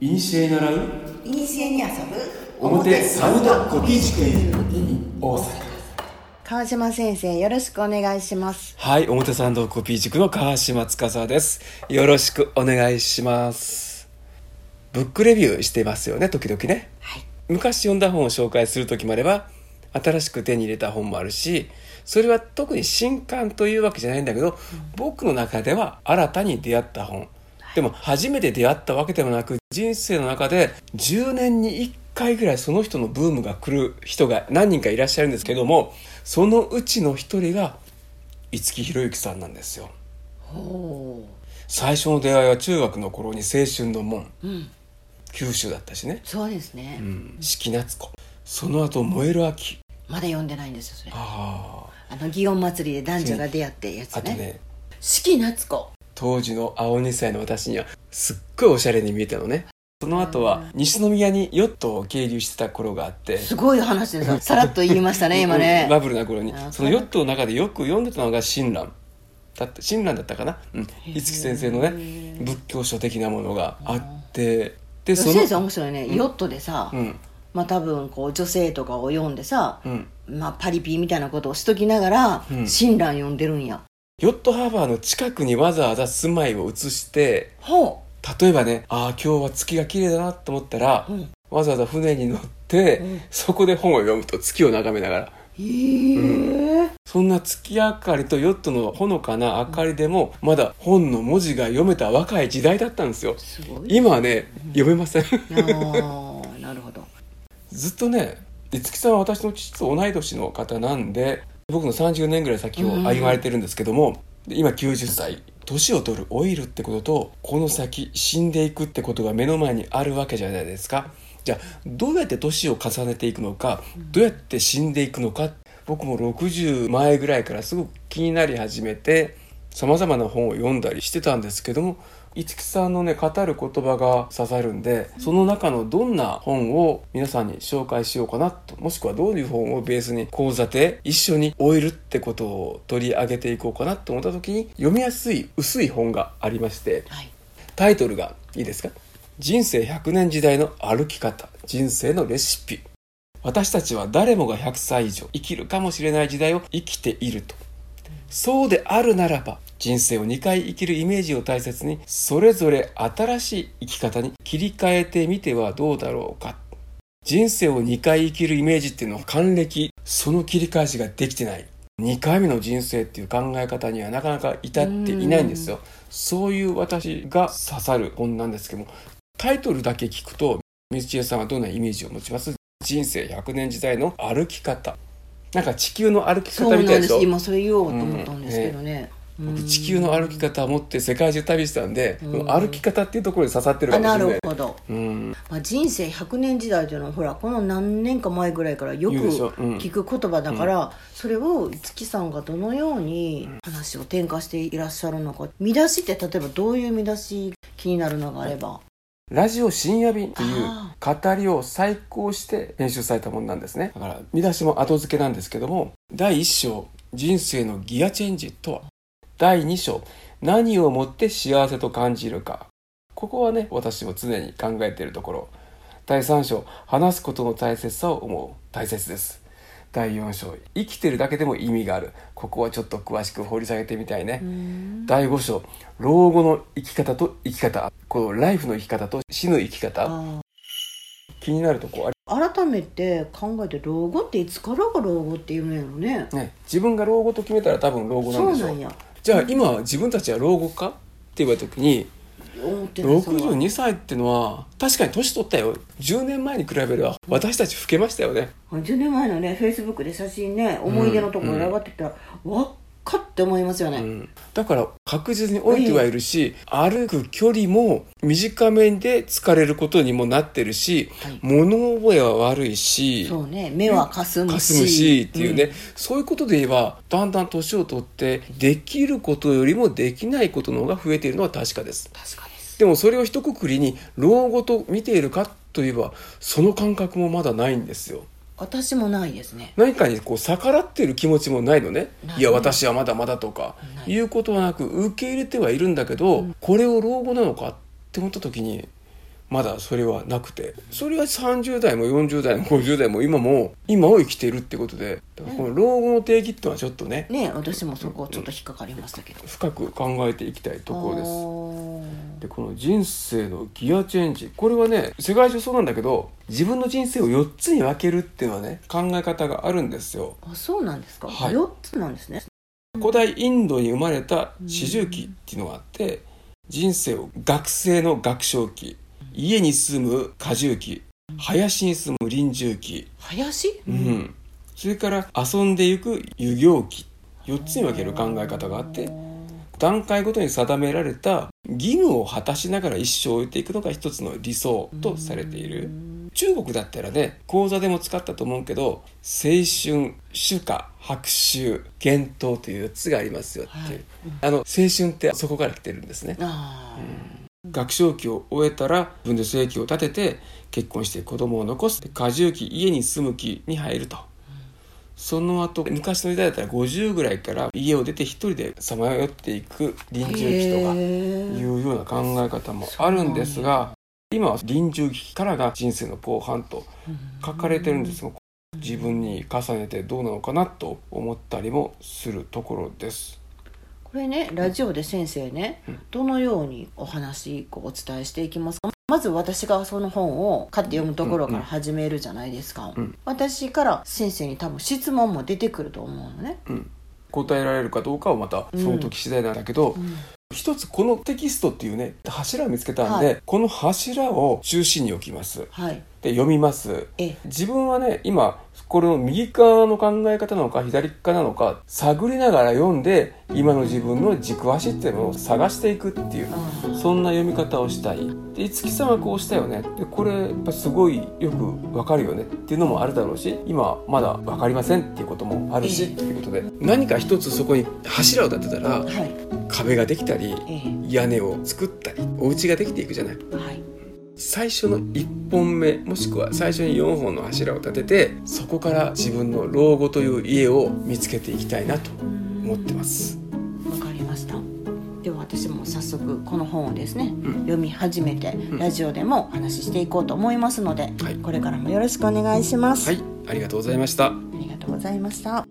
いにしえ習ういにしえに遊ぶ表サウナコピー地大阪川島先生よろしくお願いしますはい表参道コピー塾の川島司ですよろしくお願いしますブックレビューしてますよね時々ねはい昔読んだ本を紹介する時もあれば新しく手に入れた本もあるしそれは特に新刊というわけじゃないんだけど、僕の中では新たに出会った本でも初めて出会ったわけでもなく人生の中で10年に1回ぐらいその人のブームが来る人が何人かいらっしゃるんですけどもそのうちの一人が五木ひろゆきさんなんですよお最初の出会いは中学の頃に「青春の門ーうん」九州だったしね、そうですね、うん、四季夏子その後燃える秋」まだ読んでないんですよそれああの祇園祭りで男女が出会ってやつああとねね四季夏子当時の青2歳の私にはすっごいおしゃれに見えたのねその後は西宮にヨットを係留してた頃があってすごい話ですよさらっと言いましたね今うんねバブルな頃にあーそのヨットの中でよく読んでたのが親鸞だって親鸞だったかな、うん、五木先生のね仏教書的なものがあってでそ先生の面白いね、ヨットでさ、うんまあ多分こう女性とかを読んでさ、うんまあ、パリピみたいなことをしときながらうん親鸞読んでるんや、ヨットハーバーの近くにわざわざ住まいを移してほ例えばねああ今日は月が綺麗だなと思ったら、うんわざわざ船に乗って、うんそこで本を読むと月を眺めながらうへえそんな月明かりとヨットのほのかな明かりでもまだ本の文字が読めた若い時代だったんですよすごい今はね読めませんあーなるほどずっとね五木さんは私の父と同い年の方なんで僕の30年ぐらい先を歩まれてるんですけども、で今90歳年を取る老いるってこととこの先死んでいくってことが目の前にあるわけじゃないですかじゃあどうやって年を重ねていくのかどうやって死んでいくのか僕も60前ぐらいからすごく気になり始めてさまざまな本を読んだりしてたんですけども五木さんのね語る言葉が刺さるんでその中のどんな本を皆さんに紹介しようかなともしくはどういう本をベースに講座で一緒に終えるってことを取り上げていこうかなと思った時に読みやすい薄い本がありましてはいタイトルがいいですか人生100年時代の歩き方人生のレシピ私たちは誰もが100歳以上生きるかもしれない時代を生きているとそうであるならば人生を2回生きるイメージを大切にそれぞれ新しい生き方に切り替えてみてはどうだろうか人生を2回生きるイメージっていうのは還暦その切り返しができてない2回目の人生っていう考え方にはなかなか至っていないんですよそういう私が刺さる本なんですけどもタイトルだけ聞くと水千恵さんはどんなイメージを持ちます人生100年時代の歩き方なんか地球の歩きそう方なんみたいでですしょ今それ言おうと思ったんですけどね,うん、僕地球の歩き方を持って世界中旅してたんで、この歩き方っていうところに刺さってるかあもしなれないるほど、うんまあ、人生100年時代というのはほらこの何年か前ぐらいからよく言うでしょうん聞く言葉だから、それを五木さんがどのように話を転化していらっしゃるのか見出しって例えばどういう見出し気になるのがあればラジオ深夜便っていうあ語りを再考して編集されたものなんですねだから見出しも後付けなんですけども第1章「人生のギアチェンジとは」第2章「何をもって幸せと感じるか」ここはね私も常に考えているところ第3章「話すことの大切さを思う」大切です第4章「生きてるだけでも意味がある」ここはちょっと詳しく掘り下げてみたいね、第5章老後の生き方と生き方このライフの生き方と死の生き方あ気になるとこあり改めて考えて老後っていつからが老後っていうんやろねね自分が老後と決めたら多分老後なんそでうしょなうんやじゃあ今自分たちは老後かって言われた時に思ってないそれは62歳ってのは確かに年取ったよ10年前に比べれば私たち老けましたよね10年前のねフェイスブックで写真ね思い出のところ選ばってたら、わっかって思いますよね、うんだから確実に老いてはいるし、歩く距離も短めで疲れることにもなってるし、はい物覚えは悪いしそうね目はかすむしかすむしっていうね、そういうことで言えばだんだん年を取ってできることよりもできないことの方が増えているのは確かです確かですでもそれを一括りに老後と見ているかといえばその感覚もまだないんですよ私もないですね何かにこう逆らってる気持ちもないのねないいや私はまだまだとかないいうことはなく受け入れてはいるんだけど、これを老後なのかって思った時にまだそれはなくてそれは30代も40代も50代も今も今を生きているってことでだからこの老後の定義っていうのはちょっとねね私もそこちょっと引っかかりましたけど、深く考えていきたいところです。ででこの人生のギアチェンジこれはね世界中そうなんだけど自分の人生を4つに分けるっていうのはね考え方があるんですよあそうなんですか、はい4つなんですね古代インドに生まれた四重期っていうのがあって人生を学生の学生期家に住む果重期林に住む臨終期、林、うんそれから遊んでいく遊行期4つに分ける考え方があって段階ごとに定められた義務を果たしながら一生を終えていくのが一つの理想とされている中国だったらね講座でも使ったと思うけど青春主家白秋幻冬という4つがありますよっていう、あの青春ってそこから来てるんですねあ学生期を終えたら自分で生計を立てて結婚して子供を残すで過重期家に住む期に入ると、その後昔の時代だったら50ぐらいから家を出て一人でさまよっていく臨あ終期とかいいうような考え方もあるんですが今は臨終期からが人生の後半と書かれてるんですが自分に重ねてどうなのかなと思ったりもするところです。これねラジオで先生ね、うんどのようにお話こうお伝えしていきますかまず私がその本を買って読むところから始めるじゃないですか、うん私から先生に多分質問も出てくると思うのね、うん答えられるかどうかはまたその時次第なんだけど、一つこのテキストっていうね柱を見つけたんで、はこの柱を中心に置きますはいで読みますえ自分はね今これの右側の考え方なのか左側なのか探りながら読んで今の自分の軸足っていうのを探していくっていうあそんな読み方をしたいで五木さんはこうしたよねでこれやっぱすごいよくわかるよねっていうのもあるだろうし今まだわかりませんっていうこともあるしええっていうことで何か一つそこに柱を立てたらはい壁ができたりええ屋根を作ったりお家ができていくじゃないはい最初の1本目もしくは最初に4本の柱を立ててそこから自分の老後という家を見つけていきたいなと思ってます。わかりましたでは私も早速この本をですね、ん読み始めてんラジオでもお話ししていこうと思いますので、はいこれからもよろしくお願いします、はい、ありがとうございました。ありがとうございました